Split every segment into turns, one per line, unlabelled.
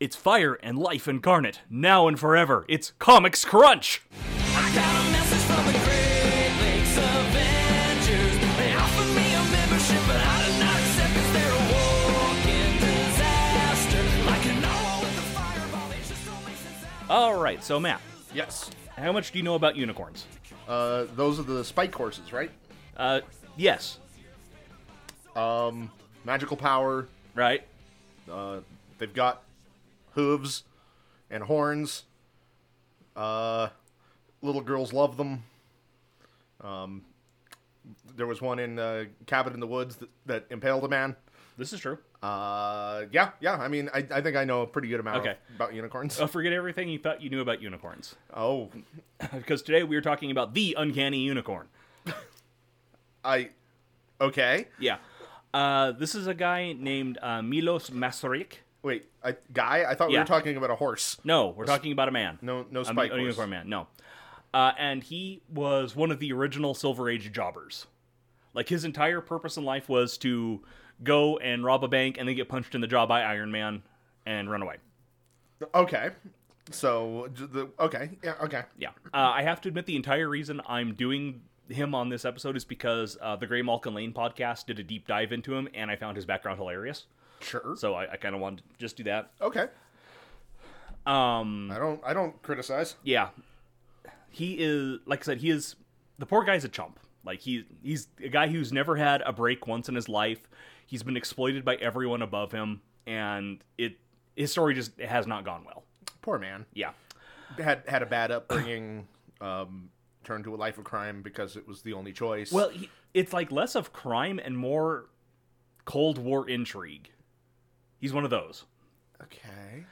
It's fire and life incarnate, now and forever. It's Comics Crunch!
I got a message from the Great Lakes Avengers. They offered me a membership, but I did not accept 'cause they're a walking disaster. Like an arrow with a fireball, they just don't make sense.
Alright, so Matt,
Yes.
how much do you know about unicorns?
Uh, those are the spike horses, right?
Uh, yes,
Magical power.
right?
Uh, they've got hooves and horns. Uh, little girls love them. Um, there was one in uh, Cabin in the Woods that, that impaled a man.
This is true.
Uh, yeah, yeah. I mean, I, I think I know a pretty good amount of-
Okay.
about unicorns.
Uh, forget everything you thought you knew about unicorns.
oh,
Because today we are talking about the uncanny unicorn.
I. Okay.
Yeah. Uh, this is a guy named uh, Milos Masaryk.
Wait, I, guy. I thought we
Yeah.
were talking about a horse.
No, we're talking about a man.
No, no
A-
spike
a,
horse.
unicorn man. No, uh, and he was one of the original Silver Age jobbers. Like his entire purpose in life was to go and rob a bank and then get punched in the jaw by Iron Man and run away.
Okay. So j- the okay, yeah, okay.
Yeah, uh, I have to admit the entire reason I'm doing him on this episode is because uh, the Gray Malkin Lane podcast did a deep dive into him and I found his background hilarious.
Sure.
So I, I kind of wanted to just do that.
Okay.
Um,
I don't I don't criticize.
yeah he is like i said he is the poor guy's a chump like he he's a guy who's never had a break once in his life he's been exploited by everyone above him and it his story just has not gone well
Poor man.
yeah
Had had a bad upbringing, um turned to a life of crime because it was the only choice.
well he, it's like less of crime and more cold war intrigue he's one of those
okay.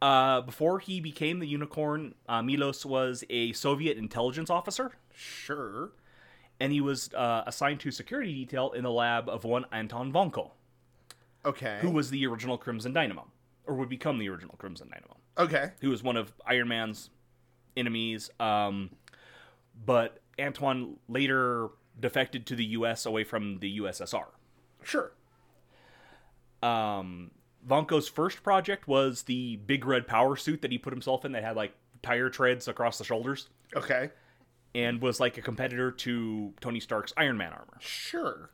uh, before he became the unicorn uh, milos was a soviet intelligence officer
Sure.
and he was uh, assigned to security detail in the lab of one anton vonko
Okay.
who was the original Crimson Dynamo, or would become the original Crimson Dynamo,
Okay.
who was one of Iron Man's enemies. Um, but Antoine later defected to the U.S. away from the USSR.
Sure.
Um, Vonko's first project was the big red power suit that he put himself in that had like tire treads across the shoulders
Okay.
and was like a competitor to Tony Stark's Iron Man armor.
Sure.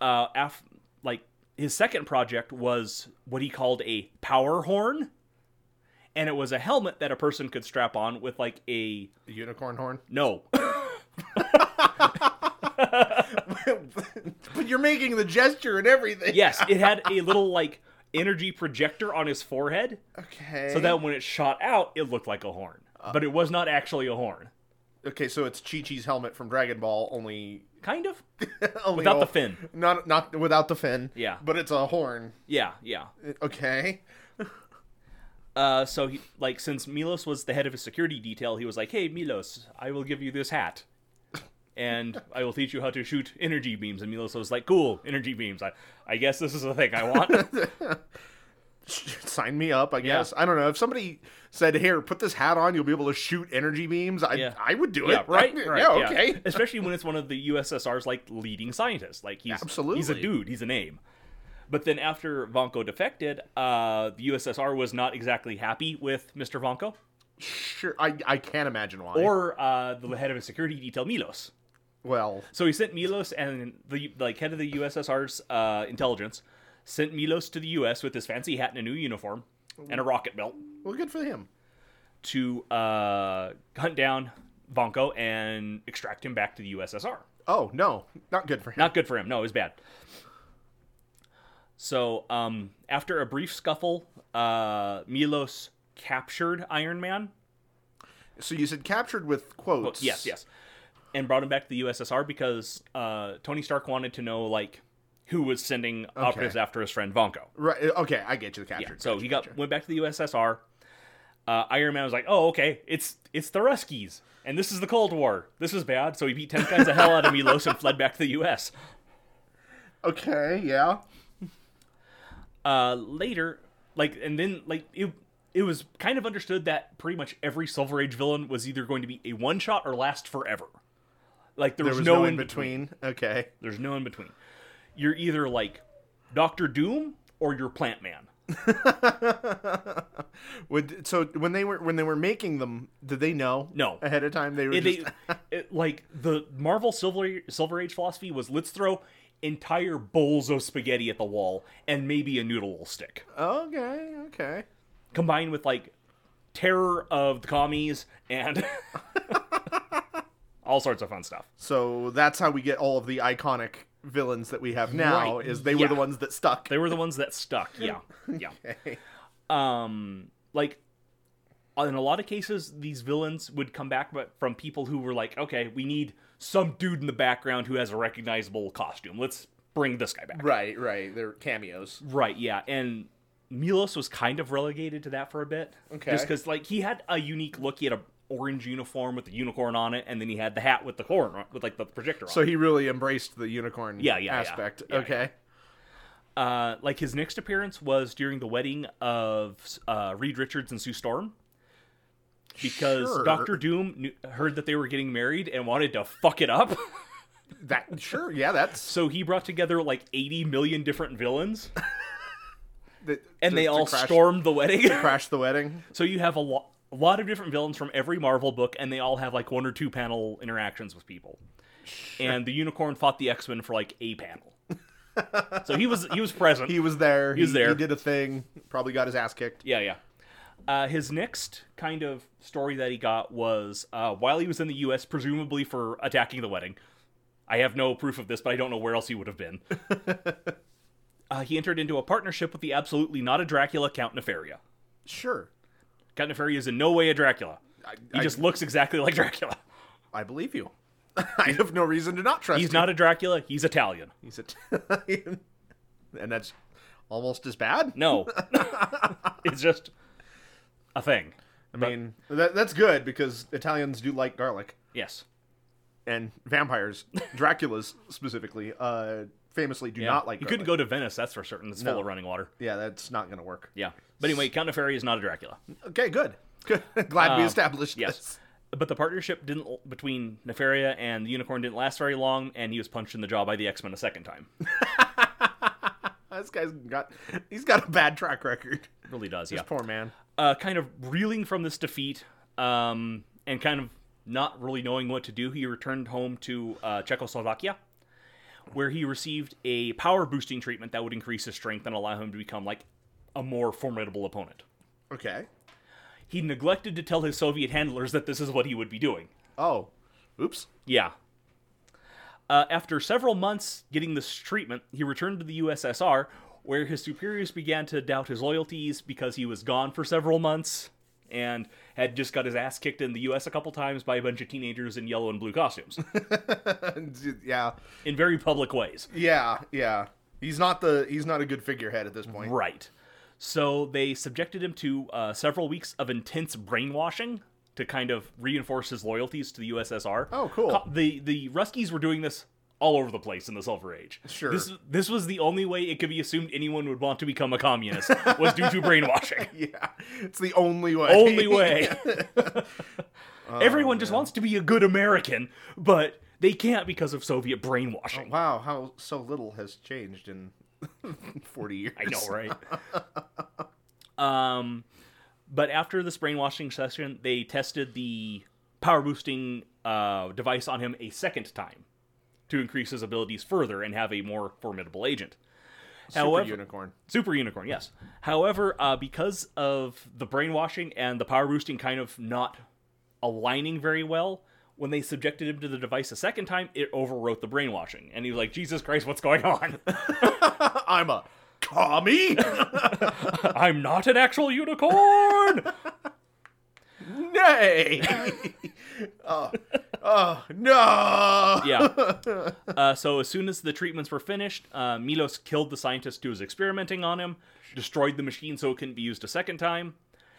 Uh, af- like his second project was what he called a power horn, and it was a helmet that a person could strap on with like a
The unicorn horn.
no.
but you're making the gesture and everything.
yes, it had a little like energy projector on his forehead,
Okay.
so that when it shot out, it looked like a horn, but it was not actually a horn.
Okay, so it's Chi Chi's helmet from Dragon Ball only,
Kind of.
only
Without the
all-
fin.
Not not without the fin.
Yeah.
But it's a horn.
Yeah, yeah.
Okay.
Uh, so he like since Milos was the head of his security detail, he was like, "Hey Milos, I will give you this hat, and I will teach you how to shoot energy beams." And Milos was like, "Cool, energy beams. I, I guess this is the thing I want."
sign me up i guess i don't know if somebody said here put this hat on you'll be able to shoot energy beams i,
Yeah.
I would do
yeah,
it
right.
yeah
right,
okay
Especially when it's one of the USSR's like leading scientists. Like he's he's a
Absolutely.
dude. He's a name. But then after Vonko defected, uh, the USSR was not exactly happy with Mr. Vonko
sure i, I can't imagine why
or uh, the head of his security detail, Milos.
well
So he sent Milos and the like head of the USSR's uh, intelligence sent Milos to the U.S. with his fancy hat and a new uniform and a rocket belt
well good for him
to uh, hunt down Vonko and extract him back to the USSR.
oh no not good for him
Not good for him. No, it was bad. So um, after a brief scuffle, uh, Milos captured Iron Man.
so you said captured with quotes
Yes, yes, and brought him back to the USSR because uh, Tony Stark wanted to know like who was sending operatives after his friend Vonko.
right uh, okay i get you the
Yeah,
captured
so he got went back to the USSR. Uh, Iron Man was like, "Oh, okay, it's it's the Ruskies, and this is the Cold War. This is bad." So he beat ten times the hell out of Milos and fled back to the U.S.
okay yeah
Uh, later, like, and then like it it was kind of understood that pretty much every Silver Age villain was either going to be a one shot or last forever. Like there,
there was no in between okay
There's no in between. You're either like Doctor Doom or you're Plant Man.
Would so when they were when they were making them, did they know?
No.
ahead of time they were
It-
just
they- it- like the Marvel Silver Silver Age philosophy was let's throw entire bowls of spaghetti at the wall and maybe a noodle will stick.
okay, okay.
Combined with like terror of the commies and all sorts of fun stuff.
So that's how we get all of the iconic villains that we have now.
Right,
Is they were
yeah.
the ones that stuck.
They were the ones that stuck. Yeah. Yeah. Um like in a lot of cases these villains would come back but from people who were like, "Okay, we need some dude in the background who has a recognizable costume. Let's bring this guy back."
Right, right. They're cameos.
Right, yeah. And Milos was kind of relegated to that for a bit.
Okay.
Just because, like, he had a unique look. He had a orange uniform with the unicorn on it, and then he had the hat with the horn, on- with, like, the projector on
So
it.
he really embraced the unicorn
Yeah, yeah, yeah.
aspect.
Yeah,
okay.
Uh, like, his next appearance was during the wedding of uh, Reed Richards and Sue Storm. Because
Sure.
Doctor Doom knew, heard that they were getting married and wanted to fuck it up.
That sure, yeah, that's
so he brought together, like, 80 million different villains,
that,
and
to-
they
to
all
crash,
stormed the wedding.
crash the wedding.
So you have a, lo- a lot of different villains from every Marvel book, and they all have like one or two panel interactions with people. And the Unicorn fought the X Men for like a panel. so he was he was present.
He was there.
He was there.
He did a thing. Probably got his ass kicked.
yeah, yeah. Uh, his next kind of story that he got was uh, while he was in the U.S., presumably for attacking the wedding. I have no proof of this, but I don't know where else he would have been. uh, he entered into a partnership with the absolutely not a Dracula Count Nefaria.
Sure.
Count Nefaria is in no way a Dracula.
I,
He
I-
just looks exactly like Dracula.
I believe you. I have no reason to not trust
He's
you.
not a Dracula. He's Italian.
He's Italian. and that's almost as bad.
No, it's just a thing.
I mean, that, that's good because Italians do like garlic
Yes,
and vampires, Dracula's specifically, uh, famously do not like
You
garlic.
couldn't go to Venice. That's for certain. It's
No.
full of running water.
Yeah, that's not going to work.
Yeah, but anyway, Count Nefaria is not a Dracula.
Okay, good. Good. Glad we established
Um, Yes,
this.
but the partnership didn't between Nefaria and the Unicorn didn't last very long, and he was punched in the jaw by the X Men a second time.
Uh, This guy's got he's got a bad track record.
really does. Yeah,
This poor man.
uh, kind of reeling from this defeat, um, and kind of not really knowing what to do, he returned home to uh, Czechoslovakia, where he received a power boosting treatment that would increase his strength and allow him to become like a more formidable opponent.
Okay.
He neglected to tell his Soviet handlers that this is what he would be doing.
Oh. Oops.
Yeah. Uh, after several months getting this treatment, he returned to the USSR, where his superiors began to doubt his loyalties because he was gone for several months and had just got his ass kicked in the US a couple times by a bunch of teenagers in yellow and blue costumes
yeah.
in very public ways.
Yeah, yeah. He's not the he's not a good figurehead at this point.
Right. So they subjected him to uh, several weeks of intense brainwashing to kind of reinforce his loyalties to the USSR.
Oh, cool.
Co- The the Ruskies were doing this all over the place in the Silver Age.
Sure.
This this was the only way it could be assumed anyone would want to become a communist was due to brainwashing.
Yeah. It's the only way.
only way. Everyone
Oh,
just wants to be a good American, but they can't because of Soviet brainwashing.
Wow, how so little has changed in 40 years.
I know, right? um, but after this brainwashing session, they tested the power boosting uh, device on him a second time to increase his abilities further and have a more formidable agent.
Super
However-
unicorn.
Super Unicorn, yes. However, uh, because of the brainwashing and the power boosting kind of not aligning very well, when they subjected him to the device a second time, it overwrote the brainwashing. And he was like, Jesus Christ, what's going on?
I'm a commie.
I'm not an actual unicorn!
Nay. oh, oh, no.
yeah. Uh, so as soon as the treatments were finished, uh, Milos killed the scientist who was experimenting on him, destroyed the machine so it couldn't be used a second time,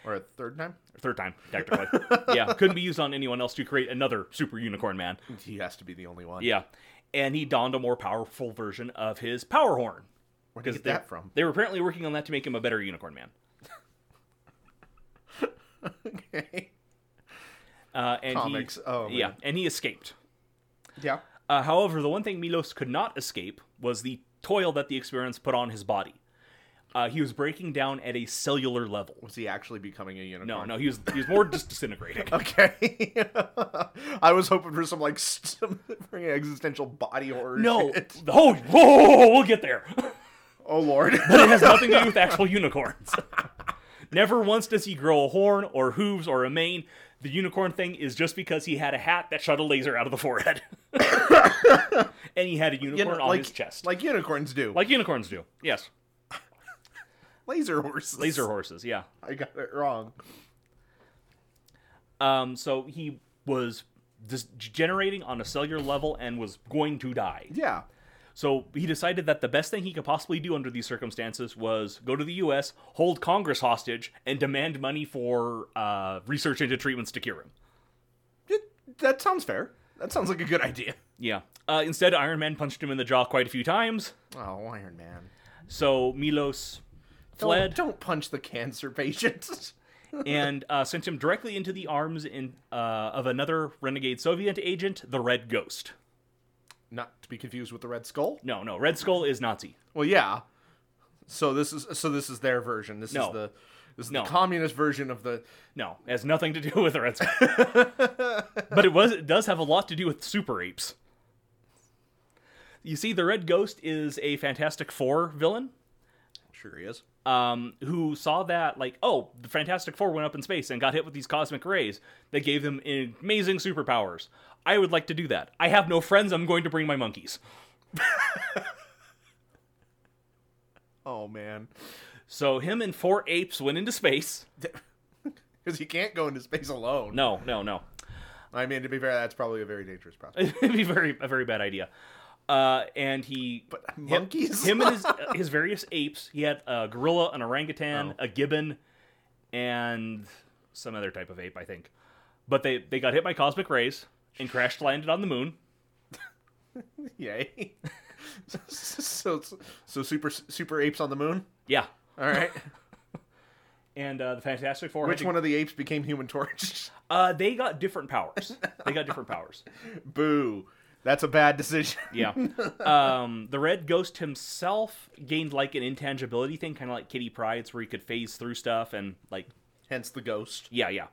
Or a third time?
or third time technically. yeah, couldn't be used on anyone else to create another super unicorn man.
He has to be the only one.
Yeah, and he donned a more powerful version of his power horn.
Where did you get
they-
that from?
They were apparently working on that to make him a better unicorn man.
Okay.
Uh, and
Comics.
He,
Oh, man.
yeah, and he escaped.
Yeah.
Uh, however, the one thing Milos could not escape was the toil that the experiments put on his body. Uh, he was breaking down at a cellular level.
Was he actually becoming a unicorn?
No, no, he was he was more just disintegrating.
Okay. I was hoping for some like some freaking existential body horror.
No,
shit.
oh, whoa, whoa, whoa, whoa, we'll get there.
Oh lord.
It has nothing to do with actual unicorns. Never once does he grow a horn or hooves or a mane. The unicorn thing is just because he had a hat that shot a laser out of the forehead, and he had a unicorn
You know,
on
like
his chest,
like unicorns do.
like unicorns do. Yes,
laser horses.
laser horses. Yeah.
I got it wrong.
Um, so he was degenerating on a cellular level and was going to die.
Yeah.
So he decided that the best thing he could possibly do under these circumstances was go to the U.S., hold Congress hostage, and demand money for uh, research into treatments to cure him.
It- that sounds fair. That sounds like a good idea.
Yeah. Uh, instead, Iron Man punched him in the jaw quite a few times.
Oh, Iron Man.
So Milos
Don't-
fled
Don't, punch the cancer patients.
and uh, sent him directly into the arms in, uh, of another renegade Soviet agent, the Red Ghost.
Not to be confused with the Red Skull.
No, no, Red Skull is Nazi.
Well, yeah. So this is so this is their version. This
No.
is the this is
No.
the communist version of the
No, it has nothing to do with the Red Skull. but it was it does have a lot to do with super apes. You see, the Red Ghost is a Fantastic Four villain
sure he is.
um, who saw that, like, oh, the Fantastic Four went up in space and got hit with these cosmic rays that gave them amazing superpowers. I would like to do that. I have no friends. I'm going to bring my monkeys.
Oh man.
So him and four apes went into space.
Because he can't go into space alone.
No, no, no.
I mean, to be fair, that's probably a very dangerous prospect.
It'd be very a very bad idea. Uh, and he
But
him-
monkeys?
him, and his uh, his various apes. He had a gorilla, an orangutan,
Oh.
a gibbon, and some other type of ape, I think. But they they got hit by cosmic rays and crashed landed on the moon.
Yay. so, so super super apes on the moon.
Yeah,
All right.
and uh, the Fantastic Four. had
Which
to-
one of the apes became Human Torch?
Uh, they got different powers. They got different powers.
Boo. That's a bad decision.
Yeah. Um, the Red Ghost himself gained like an intangibility thing, kind of like Kitty Pride's, where he could phase through stuff and like
Hence the ghost.
Yeah, yeah.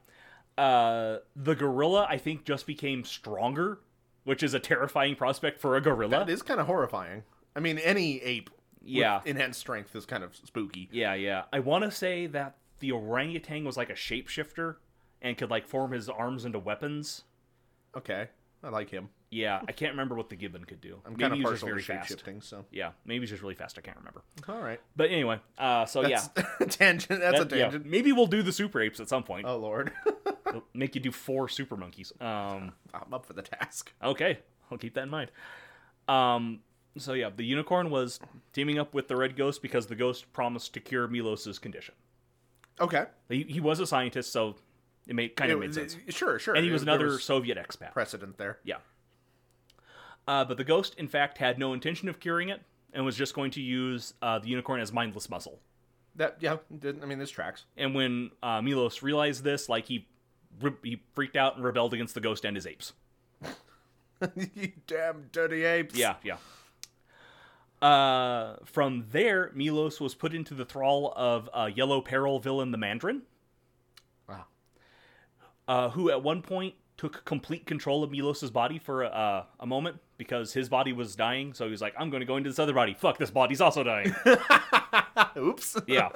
Uh, the gorilla, I think, just became stronger, which is a terrifying prospect for a gorilla.
That is kind of horrifying. I mean, any ape
yeah,
with enhanced strength is kind of spooky.
yeah, yeah. I want to say that the orangutan was like a shapeshifter and could like form his arms into weapons.
Okay, I like him.
Yeah, I can't remember what the gibbon could do.
I'm
Maybe
kind of
he was just
partial to shape
fast.
shifting, so
Yeah, maybe he's just really fast. I can't remember.
all right.
But anyway, uh, so
That's
yeah.
tangent. That's
That-
a
yeah.
tangent.
Maybe we'll do the super apes at some point.
Oh lord,
It'll Make you do four super monkeys. Um,
I'm up for the task.
Okay, I'll keep that in mind. Um, so yeah, the unicorn was teaming up with the red ghost because the ghost promised to cure Milos's condition.
Okay,
He, he was a scientist, so it made kind of
It-
made sense.
it- sure, sure.
and he was
It- there
another Soviet expat.
precedent there.
Yeah. Uh, but the ghost, in fact, had no intention of curing it and was just going to use uh, the unicorn as mindless muscle.
That yeah. did- I mean, this tracks.
And when uh, Milos realized this, like he re- he freaked out and rebelled against the ghost and his apes.
you damn dirty apes.
Yeah, yeah. Uh, from there, Milos was put into the thrall of uh, Yellow Peril villain the Mandarin,
Wow.
uh, who at one point took complete control of Milos's body for uh, a moment because his body was dying. So he was like, "I'm going to go into this other body. Fuck, this body's also dying."
Oops.
yeah,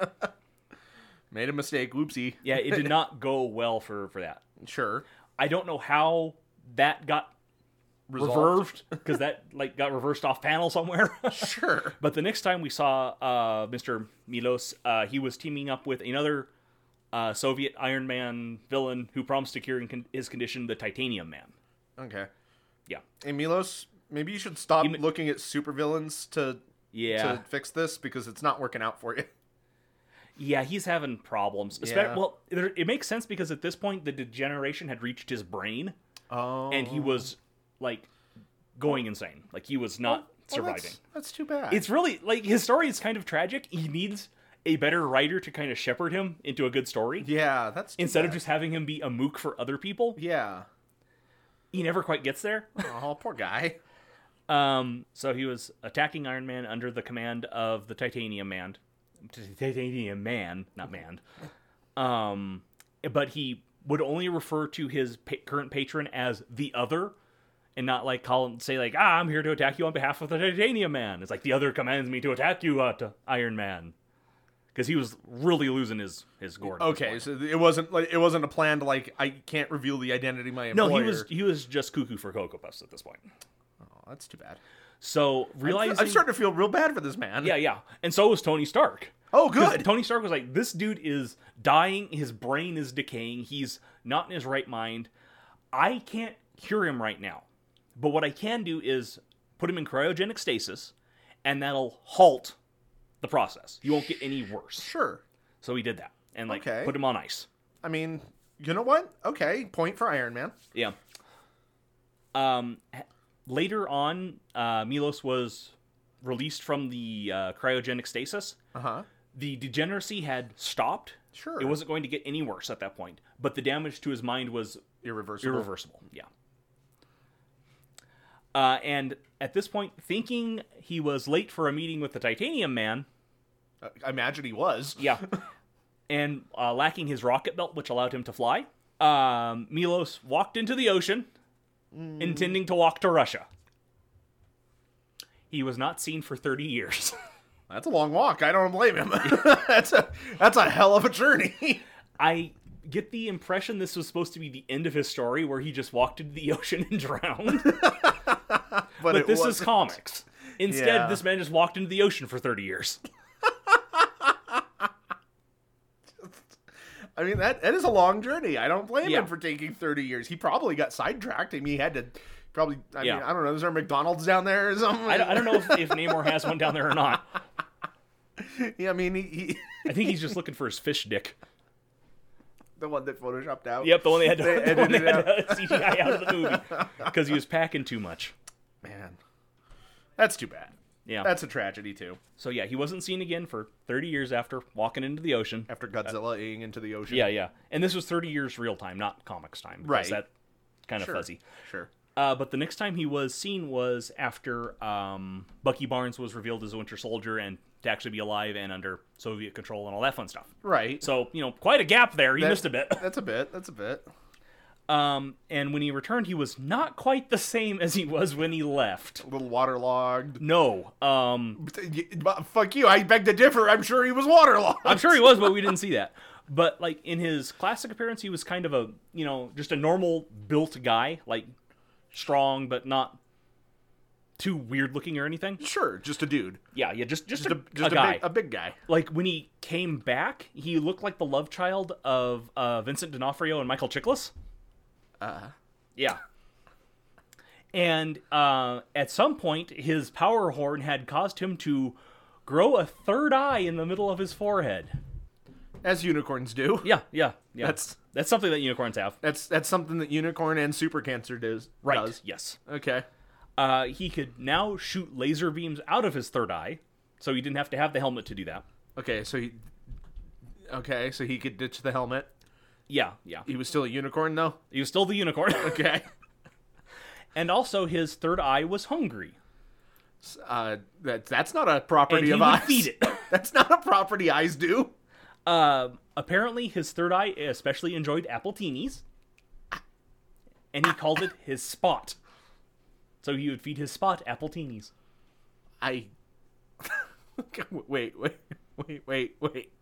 Made a mistake. Oopsie.
yeah. It did not go well for for that.
Sure.
I don't know how that got
Resolved.
reversed because that like got reversed off panel somewhere.
Sure.
But the next time we saw uh, Mr. Milos, uh, he was teaming up with another uh, Soviet Iron Man villain who promised to cure in con- his condition, the Titanium Man.
Okay.
Yeah.
Hey, Milos, maybe you should stop
You ma-
looking at supervillains to
Yeah.
to fix this because it's not working out for you.
yeah, he's having problems. Espe-
Yeah.
Well, there, it makes sense because at this point, the degeneration had reached his brain
Oh.
and he was like going insane. Like he was not surviving.
that's, that's too bad.
It's really like his story is kind of tragic. He needs a better writer to kind of shepherd him into a good story.
yeah. That's too
Instead of
bad.
just having him be a mook for other people,
yeah.
he never quite gets there.
Oh, poor guy.
Um, so he was attacking Iron Man under the command of the Titanium Man, a man, not man. Um, but he would only refer to his pa- current patron as the other, and not like call him say like, "Ah, I'm here to attack you on behalf of the Titanium Man." It's like the other commands me to attack you, uh, to Iron Man, because he was really losing his his gourd. at this
Okay,
point.
so it wasn't like it wasn't a plan to like I can't reveal the identity of my
No,
employer.
he was he was just cuckoo for cocoa puffs at this point.
Oh, that's too bad.
So realizing,
I'm starting to feel real bad for this man.
yeah, yeah, and so was Tony Stark.
Oh,
'Cause
good.
Tony Stark was like, this dude is dying. His brain is decaying. He's not in his right mind. I can't cure him right now. But what I can do is put him in cryogenic stasis, and that'll halt the process. He won't get any worse.
Sure.
So he did that and, like,
Okay.
put him on ice.
I mean, you know what? Okay, point for Iron Man.
Yeah. Um, h- later on, uh, Milos was released from the uh, cryogenic stasis.
Uh huh.
the degeneracy had stopped.
Sure.
It wasn't going to get any worse at that point, but the damage to his mind was
Irreversible.
irreversible. Yeah. Uh, and at this point, thinking he was late for a meeting with the Titanium Man,
Uh, I imagine he was.
yeah, and uh, lacking his rocket belt, which allowed him to fly, um, Milos walked into the ocean, intending to walk to Russia. He was not seen for 30 years.
That's a long walk. I don't blame him. that's a that's a hell of a journey.
I get the impression this was supposed to be the end of his story where he just walked into the ocean and drowned.
but
but
it
this is
wasn't.
comics. Instead,
Yeah.
this man just walked into the ocean for 30 years.
I mean that that is a long journey. I don't blame
Yeah.
him for taking thirty years. He probably got sidetracked. I mean, he had to probably. I
Yeah.
mean, I don't know. Is there a McDonald's down there or something?
I don't, I don't know if, if Namor has one down there or not.
Yeah, I mean, he, he
I think he's just looking for his fish dick.
the one that photoshopped out.
Yep, the one they had to,
They
the one they
edited
had to CGI out of the movie because he was packing too much.
Man, that's too bad.
Yeah.
That's a tragedy too.
so yeah, he wasn't seen again for 30 years after walking into the ocean.
After Godzilla ing into the ocean.
Uh, Yeah, yeah. And this was 30 years real time, not comics time. because
Right.
That kind of
Sure.
fuzzy.
Sure.
Uh, but the next time he was seen was after um, Bucky Barnes was revealed as a Winter Soldier and to actually be alive and under Soviet control and all that fun stuff.
Right.
So you know, quite a gap there. He
That-
missed a bit.
That's a bit. That's a bit.
Um, and when he returned, he was not quite the same as he was when he left.
A little waterlogged.
No, um,
But Fuck you. I beg to differ. I'm sure he was waterlogged.
I'm sure he was, but we didn't see that. But like in his classic appearance, he was kind of a you know just a normal built guy, like strong but not too weird looking or anything.
Sure. Just a dude.
Yeah, yeah, just just,
Just
a,
a, just a,
a guy.
Big, a big guy.
like when he came back, he looked like the love child of uh, Vincent D'Onofrio and Michael Chiklis. Uh. Uh-huh. Yeah. And uh, at some point, his power horn had caused him to grow a third eye in the middle of his forehead.
As unicorns do.
Yeah, yeah, yeah.
That's-
that's something that unicorns have,
That's that's something that unicorn and super cancer does.
right?
Does.
Yes.
Okay.
Uh, he could now shoot laser beams out of his third eye, so he didn't have to have the helmet to do that.
Okay. So he. Okay. So he could ditch the helmet.
Yeah, yeah.
He was still a unicorn though.
He was still the unicorn.
Okay.
And also, his third eye was hungry.
Uh, that that's not a property
And he
of
would
eyes.
feed it.
that's not a property eyes do.
Um, apparently, his third eye especially enjoyed apple teenies, and he called it his spot. So he would feed his spot apple teenies.
I wait, wait, wait, wait, wait.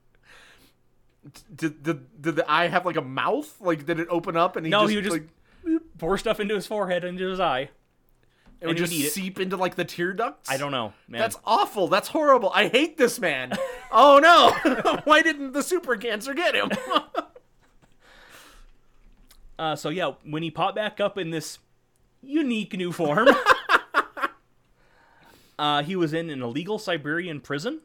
Did, did, did the eye have like a mouth? Like, did it open up and he
No,
just,
he would just
like,
pour stuff into his forehead and into his eye.
it would
he would
just
eat it.
seep into like the tear ducts?
I don't know, man.
That's awful. That's horrible. I hate this man. oh no! Why didn't the super cancer get him?
Uh, so yeah, when he popped back up in this unique new form, uh, he was in an illegal Siberian prison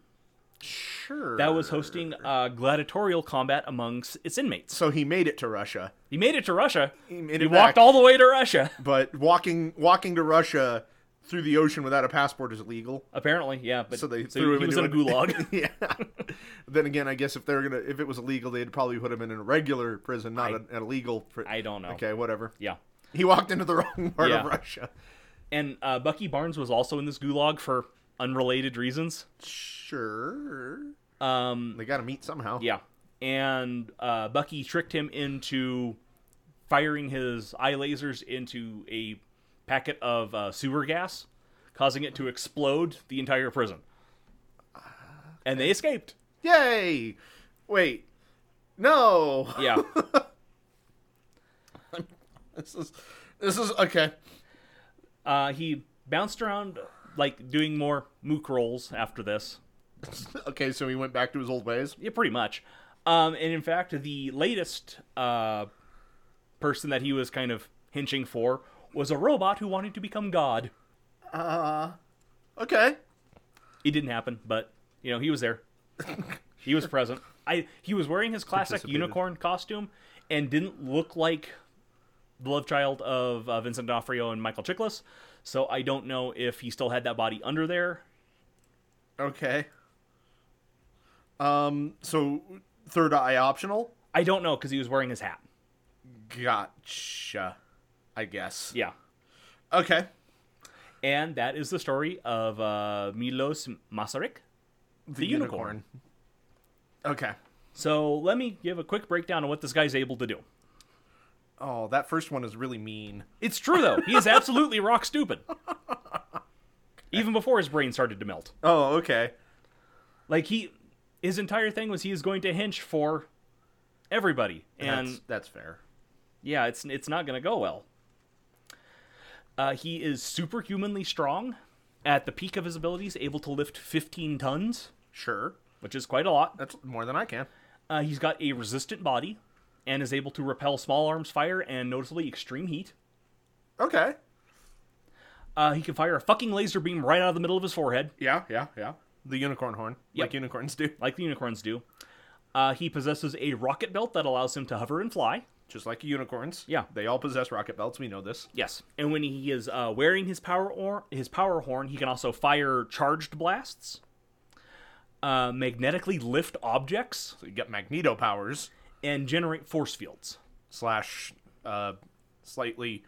sure.
that was hosting uh, gladiatorial combat amongst its inmates.
So he made it to Russia,
He made it to Russia. He,
made it
walked
back.
all the way to Russia.
but walking walking to Russia through the ocean without a passport is illegal.
Apparently, yeah. But
So they
so
threw him
he was in a
into an-
gulag.
yeah. then again, I guess if they're gonna, if it was illegal, they'd probably put him in a regular prison, not an an illegal. Pri-
I don't know.
Okay, whatever.
yeah.
He walked into the wrong part of
Yeah.
Russia.
And uh, Bucky Barnes was also in this gulag for unrelated reasons.
Sure.
Um,
They got to meet somehow.
yeah, and uh, Bucky tricked him into firing his eye lasers into a packet of uh, sewer gas, causing it to explode the entire prison. And they escaped.
Yay! Wait. No.
Yeah.
This is this is okay.
Uh, he bounced around, like doing more mook rolls after this.
Okay, so he went back to his old ways.
Yeah, pretty much. Um, and in fact, the latest uh, person that he was kind of hinching for was a robot who wanted to become God.
Okay.
It didn't happen, but you know he was there. he was present. I he was wearing his classic
Participated.
unicorn costume and didn't look like the love child of uh, Vincent D'Onofrio and Michael Chiklis. So I don't know if he still had that body under there.
Okay. Um so third eye optional?
I don't know because he was wearing his hat.
Gotcha. I guess.
Yeah.
Okay.
And that is the story of uh, Milos Masaryk, the, unicorn.
Okay.
So let me give a quick breakdown of what this guy's able to do.
Oh, that first one is really mean.
It's true though; he is absolutely rock stupid. Even before his brain started to melt,
Oh, okay.
like he, his entire thing was he is going to hinch for everybody, and
that's that's fair.
yeah, it's it's not going to go well. Uh, he is superhumanly strong, at the peak of his abilities, able to lift 15 tons,
Sure.
which is quite a lot.
That's more than I can.
Uh, he's got a resistant body and is able to repel small arms fire and noticeably extreme heat.
Okay.
Uh, he can fire a fucking laser beam right out of the middle of his forehead,
Yeah, yeah, yeah. The unicorn horn,
Yep.
like unicorns do,
like the unicorns do. Uh, he possesses a rocket belt that allows him to hover and fly.
just like unicorns.
Yeah.
they all possess rocket belts. We know this.
Yes, and when he is uh, wearing his power or his power horn, he can also fire charged blasts, uh, magnetically lift objects,
So you got Magneto powers
and generate force fields.
slash uh, slightly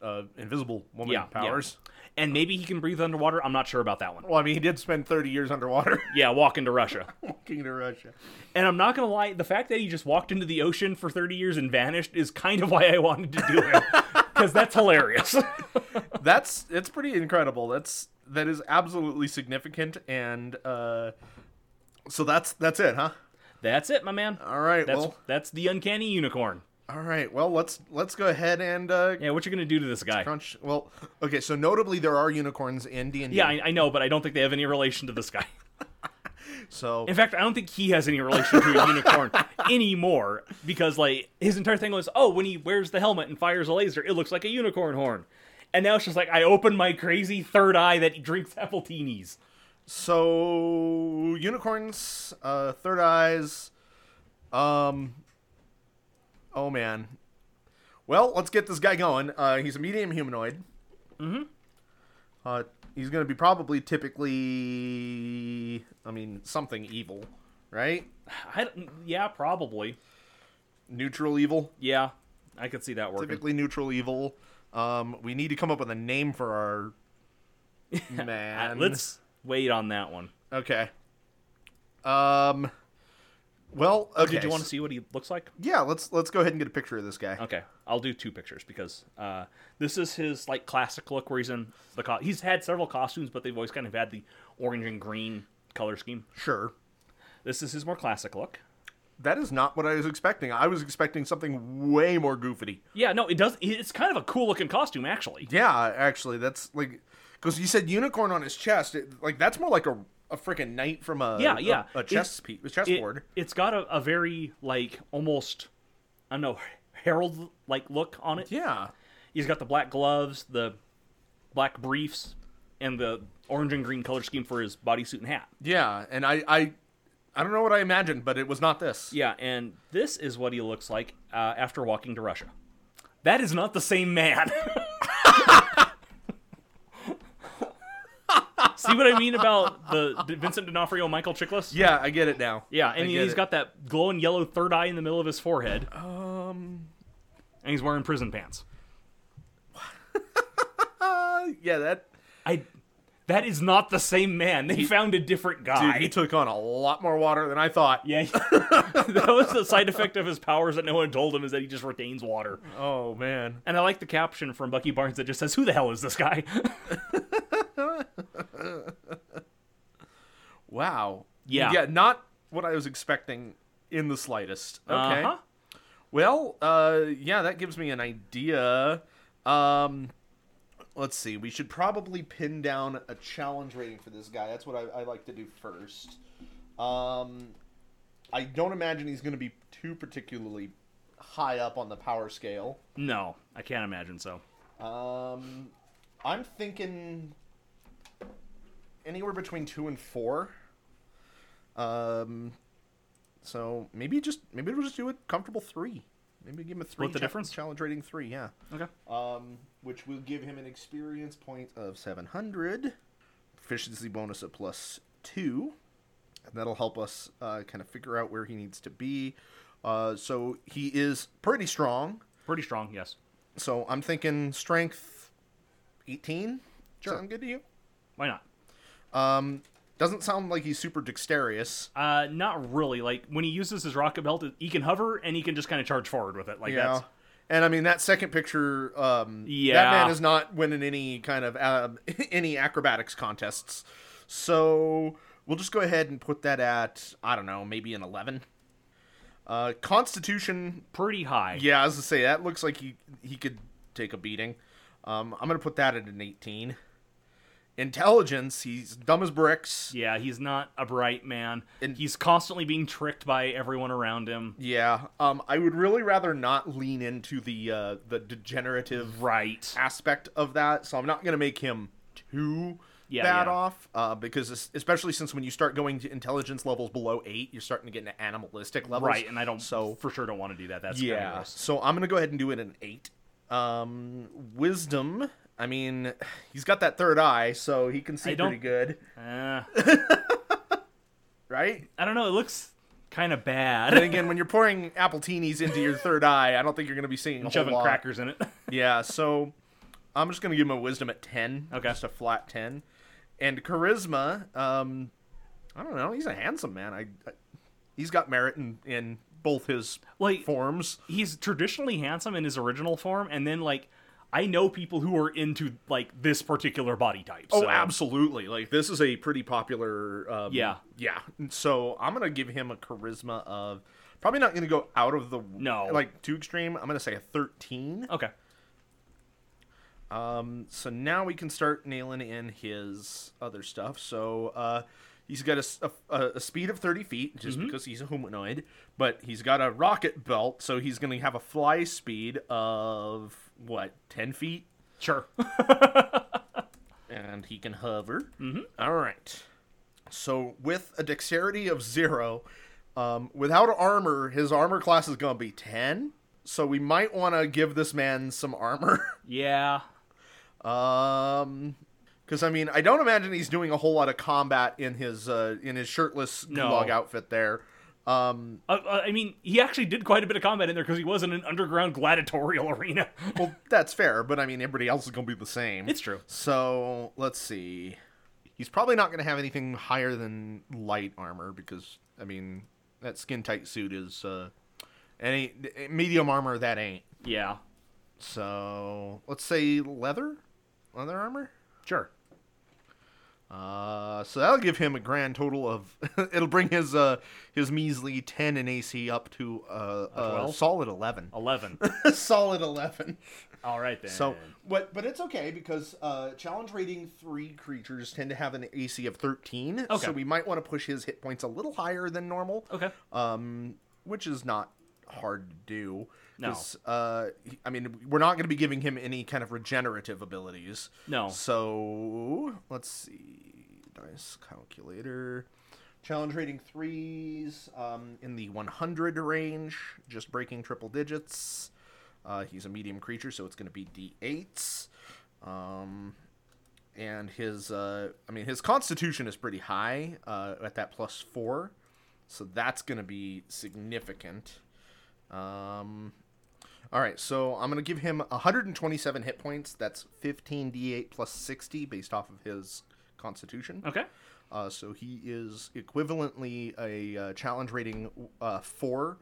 uh, invisible woman
Yeah, yeah.
powers.
And maybe he can breathe underwater. I'm not sure about that one.
Well, I mean, he did spend thirty years underwater,
Yeah, walk into Russia.
walking to Russia.
And I'm not gonna lie, the fact that he just walked into the ocean for 30 years and vanished is kind of why I wanted to do it, because that's hilarious.
That's it's pretty incredible. That's that is absolutely significant, and uh, so that's that's it, huh?
that's it, my man.
All right,
That's
well,
that's the uncanny unicorn.
all right, well, let's let's go ahead and uh,
Yeah, what you gonna do to this guy?
crunch. Well, okay, so notably there are unicorns in D and D.
Yeah, I, I know, but I don't think they have any relation to this guy.
So
In fact, I don't think he has any relation to a unicorn anymore, because like his entire thing was, oh, when he wears the helmet and fires a laser, it looks like a unicorn horn. And now it's just like I open my crazy third eye that drinks apple teenies.
So unicorns, uh, third eyes. Um. Oh man. Well, let's get this guy going. Uh, he's a medium humanoid. Mm-hmm. Uh, he's gonna be probably typically, I mean, something evil, right?
I, don't- yeah, probably.
Neutral evil,
Yeah, I could see that working.
typically neutral evil. Um, we need to come up with a name for our
Uh,
man.
Let's wait on that one.
Okay. Um. Well, okay.
Did you want to see what he looks like?
Yeah, let's let's go ahead and get a picture of this guy.
Okay, I'll do two pictures because uh, this is his like classic look where he's in the co- he's had several costumes, but they've always kind of had the orange and green color scheme.
Sure.
This is his more classic look.
That is not what I was expecting. I was expecting something way more goofy.
Yeah, no, it does. It's kind of a cool looking costume actually.
Yeah, actually, that's like because you said unicorn on his chest. It, like that's more like a a freaking knight from a
Yeah,
a-
yeah.
a,
It-
chess piece, a chessboard.
It, has got a, a very like almost I don't know herald like look on it.
yeah,
He's got the black gloves, the black briefs, and the orange and green color scheme for his bodysuit and hat.
yeah, and I I I don't know what I imagined, but it was not this.
Yeah, and this is what he looks like uh, after walking to Russia. That is not the same man. See what I mean about the D- Vincent D'Onofrio, Michael Chiklis?
Yeah, I get it now.
Yeah, and
I
he,
get
has
it.
got that glowing yellow third eye in the middle of his forehead. Um, and he's wearing prison pants.
yeah that
I That is not the same man. They found a different
Dude,
guy.
he took on a lot more water than I thought.
yeah, that was the side effect of his powers that no one told him is that he just retains water.
Oh man.
And I like the caption from Bucky Barnes that just says, "Who the hell is this guy?"
Wow.
Yeah.
Yeah, not what I was expecting in the slightest. Okay.
Uh-huh.
Well, uh, yeah, that gives me an idea. Um, let's see. We should probably pin down a challenge rating for this guy. That's what I, I like to do first. Um, I don't imagine he's going to be too particularly high up on the power scale.
No, I can't imagine so.
Um, I'm thinking anywhere between two and four. Um, so maybe just maybe we'll just do a comfortable three. Maybe give him a three.
Split the
cha-
difference?
Challenge rating three, yeah.
Okay.
Um, which will give him an experience point of seven hundred, proficiency bonus at plus two, and that'll help us uh, kind of figure out where he needs to be. Uh, so he is pretty strong.
Pretty strong, yes.
So I'm thinking strength 18.
Sure.
Sound good to you?
Why not?
Um, doesn't sound like he's super dexterous.
Uh, not really. Like when he uses his rocket belt, he can hover and he can just kind of charge forward with it. Like
Yeah.
that's
And I mean that second picture. Um, That
Yeah.
man is not winning any kind of um, any acrobatics contests. So we'll just go ahead and put that at I don't know maybe an 11. Uh, Constitution
pretty high.
Yeah, I was gonna say that looks like he he could take a beating. Um, I'm gonna put that at an 18. Intelligence, he's dumb as bricks.
Yeah, he's not a bright man.
And-
he's constantly being tricked by everyone around him.
Yeah. Um, I would really rather not lean into the uh, the degenerative
Right.
aspect of that, so I'm not gonna make him too
Yeah,
bad
yeah.
off. Uh, because es- especially since when you start going to intelligence levels below eight, you're starting to get into animalistic levels.
Right, and I don't
So
for sure don't want to do that. That's kinda
Yeah.
gross.
So I'm gonna go ahead and do it an eight. Um, wisdom. I mean, he's got that third eye, so he can see
I don't-
pretty good,
Uh,
right?
I don't know. It looks kind of
And
bad.
again, when you're pouring appletinis into your third eye, I don't think you're gonna be seeing a whole
Shoving
lot.
crackers in it.
Yeah. So I'm just gonna give him a wisdom at ten.
Okay.
Just a flat ten. And charisma. Um, I don't know. He's a handsome man. I. I he's got merit in in both his
Like-
forms.
he's traditionally handsome in his original form, and then like I know people who are into like this particular body type.
Oh,
so-
absolutely! Like this is a pretty popular. Um,
Yeah.
yeah. And So I'm gonna give him a charisma of probably not gonna go out of the
No.
like too extreme. I'm gonna say a 13.
Okay.
So now we can start nailing in his other stuff. So uh, he's got a s- a, a- a speed of 30 feet just because he's a humanoid, but he's got a rocket belt, so he's gonna have a fly speed of what 10 feet.
Sure.
and he can hover. Mm-hmm. right. So with a dexterity of zero, um, without armor, his armor class is gonna be ten. So we might want to give this man some armor.
yeah.
um, because I mean, I don't imagine he's doing a whole lot of combat in his uh, in his shirtless
No.
log outfit there. Um,
Uh, uh, I mean, he actually did quite a bit of combat in there because he was in an underground gladiatorial arena.
well, that's fair, but I mean, everybody else is gonna be the same.
It's true.
So let's see. He's probably not going to have anything higher than light armor because I mean that skin tight suit is uh, any medium armor that ain't.
yeah.
So let's say leather, leather armor.
Sure.
Uh, so that'll give him a grand total of. it'll bring his uh his measly ten in AC up to uh, a
12?
solid eleven.
Eleven.
solid eleven.
All right then.
So, but but it's okay because uh, challenge rating three creatures tend to have an AC of thirteen.
Okay.
So we might want to push his hit points a little higher than normal.
okay.
Um, which is not hard to do.
No.
'cause, Uh, he- I mean, we're not going to be giving him any kind of regenerative abilities.
No.
So let's see. Dice calculator. Challenge rating threes um, in the 100 range, just breaking triple digits. Uh, he's a medium creature, so it's going to be d8s. Um, and his, uh, I mean, his constitution is pretty high uh, at that plus four, so that's going to be significant. Um, all right, so I'm going to give him 127 hit points. That's 15d8 plus 60 based off of his Constitution.
Okay.
Uh, so he is equivalently a uh, challenge rating uh, four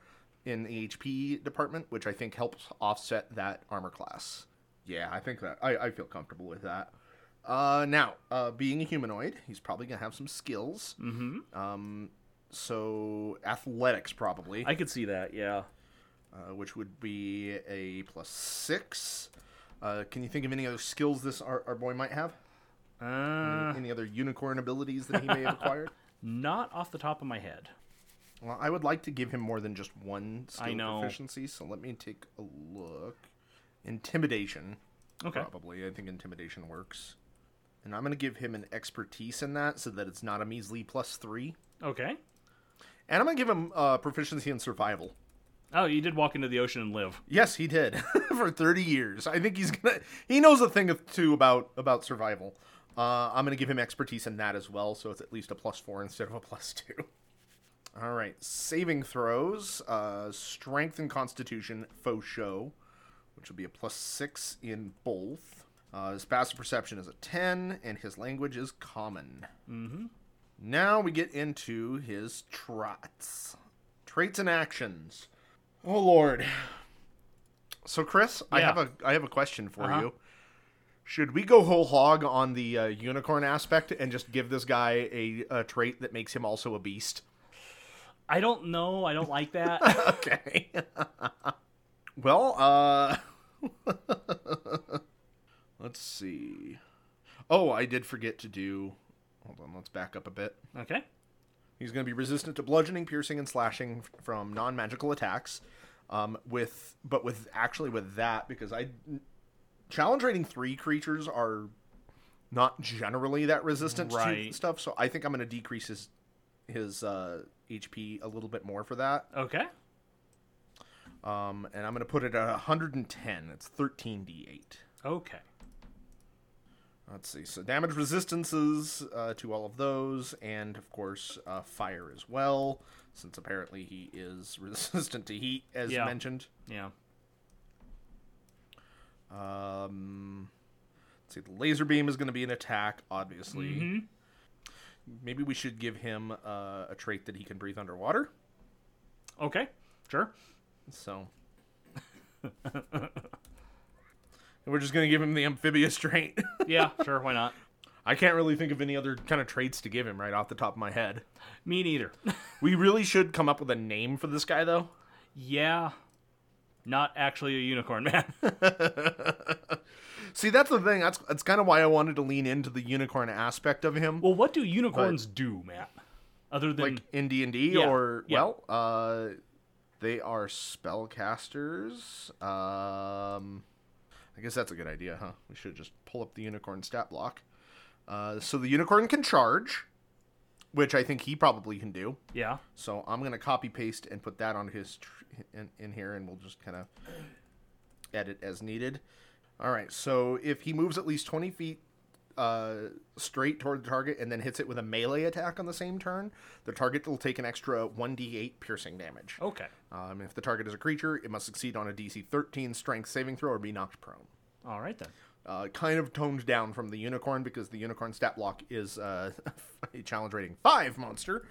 in the HP department, which I think helps offset that armor class. Yeah, I think that I, I feel comfortable with that. Uh, now, uh, being a humanoid, he's probably gonna have some skills. Mm-hmm. Um, so athletics probably,
I could see that. Yeah.
uh, which would be a plus six. Uh, can you think of any other skills this our, our boy might have?
Uh,
Any other unicorn abilities that he may have acquired?
not off the top of my head.
Well, I would like to give him more than just one skill
I know.
proficiency, so let me take a look. Intimidation,
Okay.
probably. I think intimidation works. And I'm going to give him an expertise in that so that it's not a measly plus three.
Okay.
And I'm going to give him uh, proficiency in survival.
Oh, you did walk into the ocean and live.
Yes, he did for 30 years. I think he's gonna. He knows a thing or two about about survival. Uh, I'm gonna give him expertise in that as well, so it's at least a plus four instead of a plus two. All right, saving throws, uh, strength and constitution, faux show, which will be a plus six in both. Uh, his passive perception is a 10, and his language is common. Now we get into his trots, traits and actions. Oh Lord. So Chris, I
Yeah.
have a I have a question for
Uh-huh.
you. Should we go whole hog on the uh, unicorn aspect and just give this guy a, a trait that makes him also a beast?
I don't know. I don't like that.
Okay. well, uh Let's see. Oh, I did forget to do Hold on, let's back up a bit.
okay.
He's going to be resistant to bludgeoning, piercing, and slashing f- from non-magical attacks. Um, with but with actually with that because I challenge rating three creatures are not generally that resistant to
Right.
stuff. So I think I'm going to decrease his his uh, HP a little bit more for that.
Okay.
Um, and I'm going to put it at 110. It's 13d8.
Okay.
Let's see. So damage resistances uh, to all of those, and of course uh, fire as well, since apparently he is resistant to heat, as
Yeah.
mentioned.
Yeah.
Um, let's see. The laser beam is going to be an attack, obviously. Maybe we should give him uh, a trait that he can breathe underwater.
Okay. Sure.
So. And We're just gonna give him the amphibious trait.
Yeah. Sure. Why not?
I can't really think of any other kind of traits to give him right off the top of my head.
Me neither.
We really should come up with a name for this guy, though.
yeah. Not actually a unicorn man.
See, that's the thing. That's that's kind of why I wanted to lean into the unicorn aspect of him,
well, what do unicorns do, Matt? Other than
like in D and D,
Yeah,
or
yeah.
well, uh, they are spellcasters. Um, I guess that's a good idea, huh? We should just pull up the unicorn stat block. Uh, so the unicorn can charge, which I think he probably can do.
yeah.
So I'm gonna copy paste and put that on his tr- in, in here, and we'll just kind of edit as needed. All right. So if he moves at least 20 feet uh, straight toward the target and then hits it with a melee attack on the same turn, the target will take an extra 1d8 piercing damage.
Okay.
Um, if the target is a creature, it must succeed on a DC 13 Strength saving throw or be knocked prone.
All right then.
Uh, kind of toned down from the unicorn because the unicorn stat block is uh, a challenge rating 5 monster.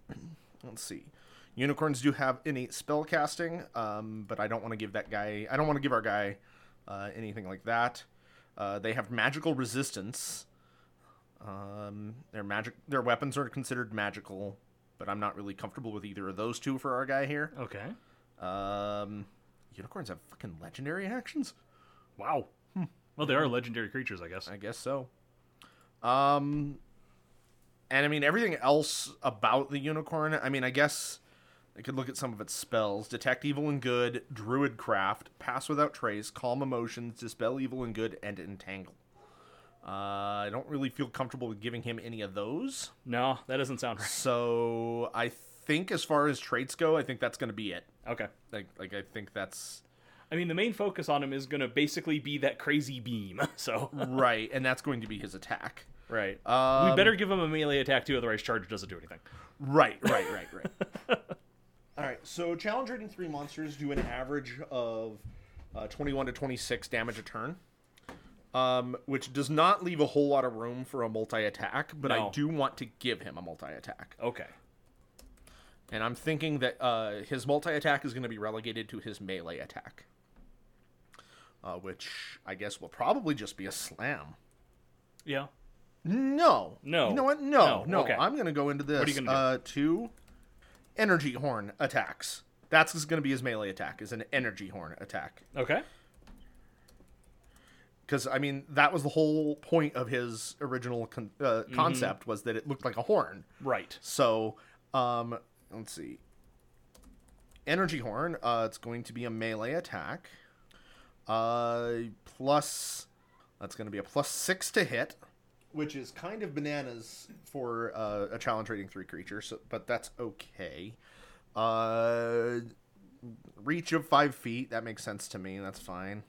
Let's see. Unicorns do have innate spell casting, um, but I don't want to give that guy, I don't want to give our guy uh, anything like that. Uh, they have magical resistance. Um, their magic, their weapons are considered magical, but I'm not really comfortable with either of those two for our guy here.
Okay.
Um, unicorns have fucking legendary actions.
Wow.
Hmm.
Well, they are legendary creatures, I guess.
I guess so. Um, and I mean everything else about the unicorn. I mean, I guess I could look at some of its spells: detect evil and good, druid craft, pass without trace, calm emotions, dispel evil and good, and entangle. Uh, I don't really feel comfortable with giving him any of those.
No, that doesn't sound right.
So I think, as far as traits go, I think that's going to be it.
Okay.
Like, like I think that's
I mean, the main focus on him is going to basically be that crazy beam. So
right, and that's going to be his attack.
right. we
Um,
better give him a melee attack too, otherwise charge doesn't do anything.
Right, right, right, right. All right. So challenge rating three monsters do an average of uh, twenty-one to twenty-six damage a turn. um, which does not leave a whole lot of room for a multi attack, but I
No.
do want to give him a multi attack.
Okay.
And I'm thinking that uh, his multi attack is going to be relegated to his melee attack, uh, which I guess will probably just be a slam.
Yeah.
No.
No.
You know what? No. No.
No. Okay.
I'm going to go into this.
are you gonna do?
uh, Two energy horn attacks. That's going to be his melee attack, is an energy horn attack.
Okay.
Because, I mean, that was the whole point of his original con- uh,
Mm-hmm.
concept was that it looked like a horn.
Right.
So, um, let's see. Energy horn. Uh, it's going to be a melee attack. Uh, plus, that's going to be a plus six to hit, which is kind of bananas for uh, a challenge rating three creature. So, but that's okay. Uh, reach of five feet. That makes sense to me. That's fine.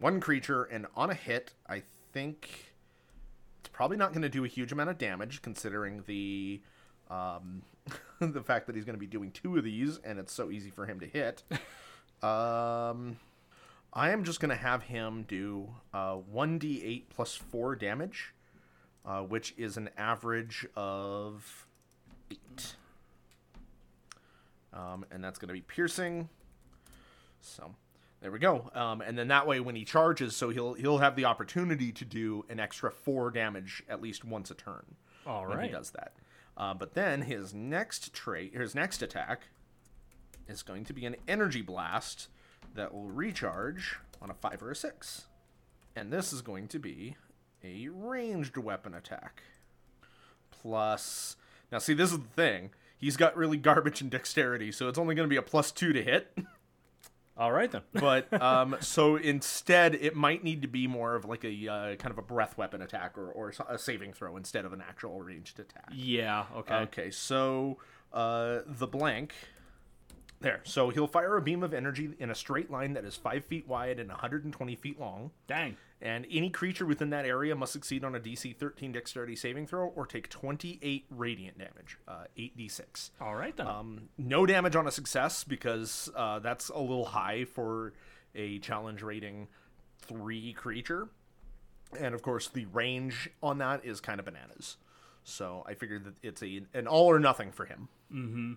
One creature, and on a hit, I think it's probably not going to do a huge amount of damage considering the um, the fact that he's going to be doing two of these and it's so easy for him to hit. um, I am just going to have him do uh, one d eight plus four damage, uh, which is an average of eight, um, and that's going to be piercing. So there we go. Um, and then that way, when he charges, so he'll he'll have the opportunity to do an extra four damage at least once a turn.
All
when
right.
he does that. Uh, but then his next trait, his next attack, is going to be an energy blast that will recharge on a five or a six, and this is going to be a ranged weapon attack. Plus, now see, this is the thing. He's got really garbage in dexterity, so it's only going to be a plus two to hit.
All right then.
but um, so instead, it might need to be more of like a uh, kind of a breath weapon attack or, or a saving throw instead of an actual ranged attack.
yeah. Okay.
Okay, so uh, the blank. There. So he'll fire a beam of energy in a straight line that is 5 feet wide and 120 feet long.
Dang.
And any creature within that area must succeed on a DC 13 dexterity saving throw or take 28 radiant damage, uh, 8d6.
All right then.
Um, no damage on a success because uh, that's a little high for a challenge rating three creature, and of course the range on that is kind of bananas. So I figured that it's a an all or nothing for him. Mm-hmm.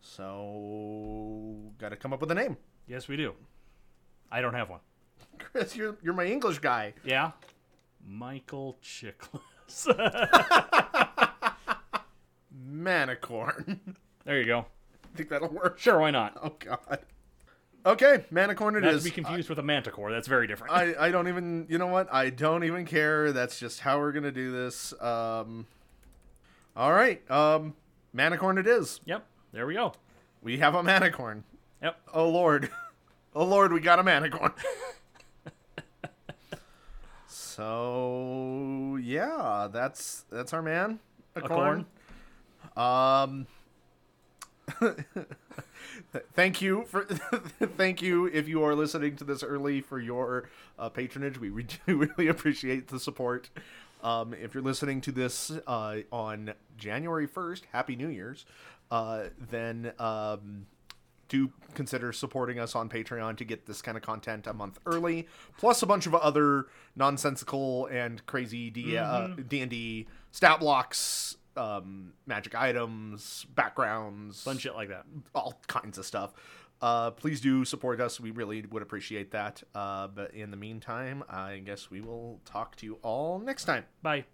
So got to come up with a name,
yes, we do. I don't have one.
Chris. You're you're my English guy.
Yeah. Michael Chickless.
Manicorn.
there you go.
I think that'll work.
Sure, why not?
Oh God. Okay, Manicorn. It
Not
is.
to be confused with a manticore. That's very different.
I, I don't even you know what I don't even care. That's just how we're gonna do this. Um, all right, um, manicorn it is.
yep. There we go.
We have a manicorn.
Yep.
Oh lord, oh lord, we got a manicorn. so yeah, that's that's our man. A corn.
corn.
Um. thank you for thank you if you are listening to this early for your uh, patronage we re- do really appreciate the support um, if you're listening to this uh, on january 1st happy new year's uh, then um, do consider supporting us on patreon to get this kind of content a month early plus a bunch of other nonsensical and crazy D- uh, d&d stat blocks um, magic items backgrounds
Fun shit like that.
all kinds of stuff. Uh, please do support us. We really would appreciate that. Uh, but in the meantime, I guess we will talk to you all next time.
Bye.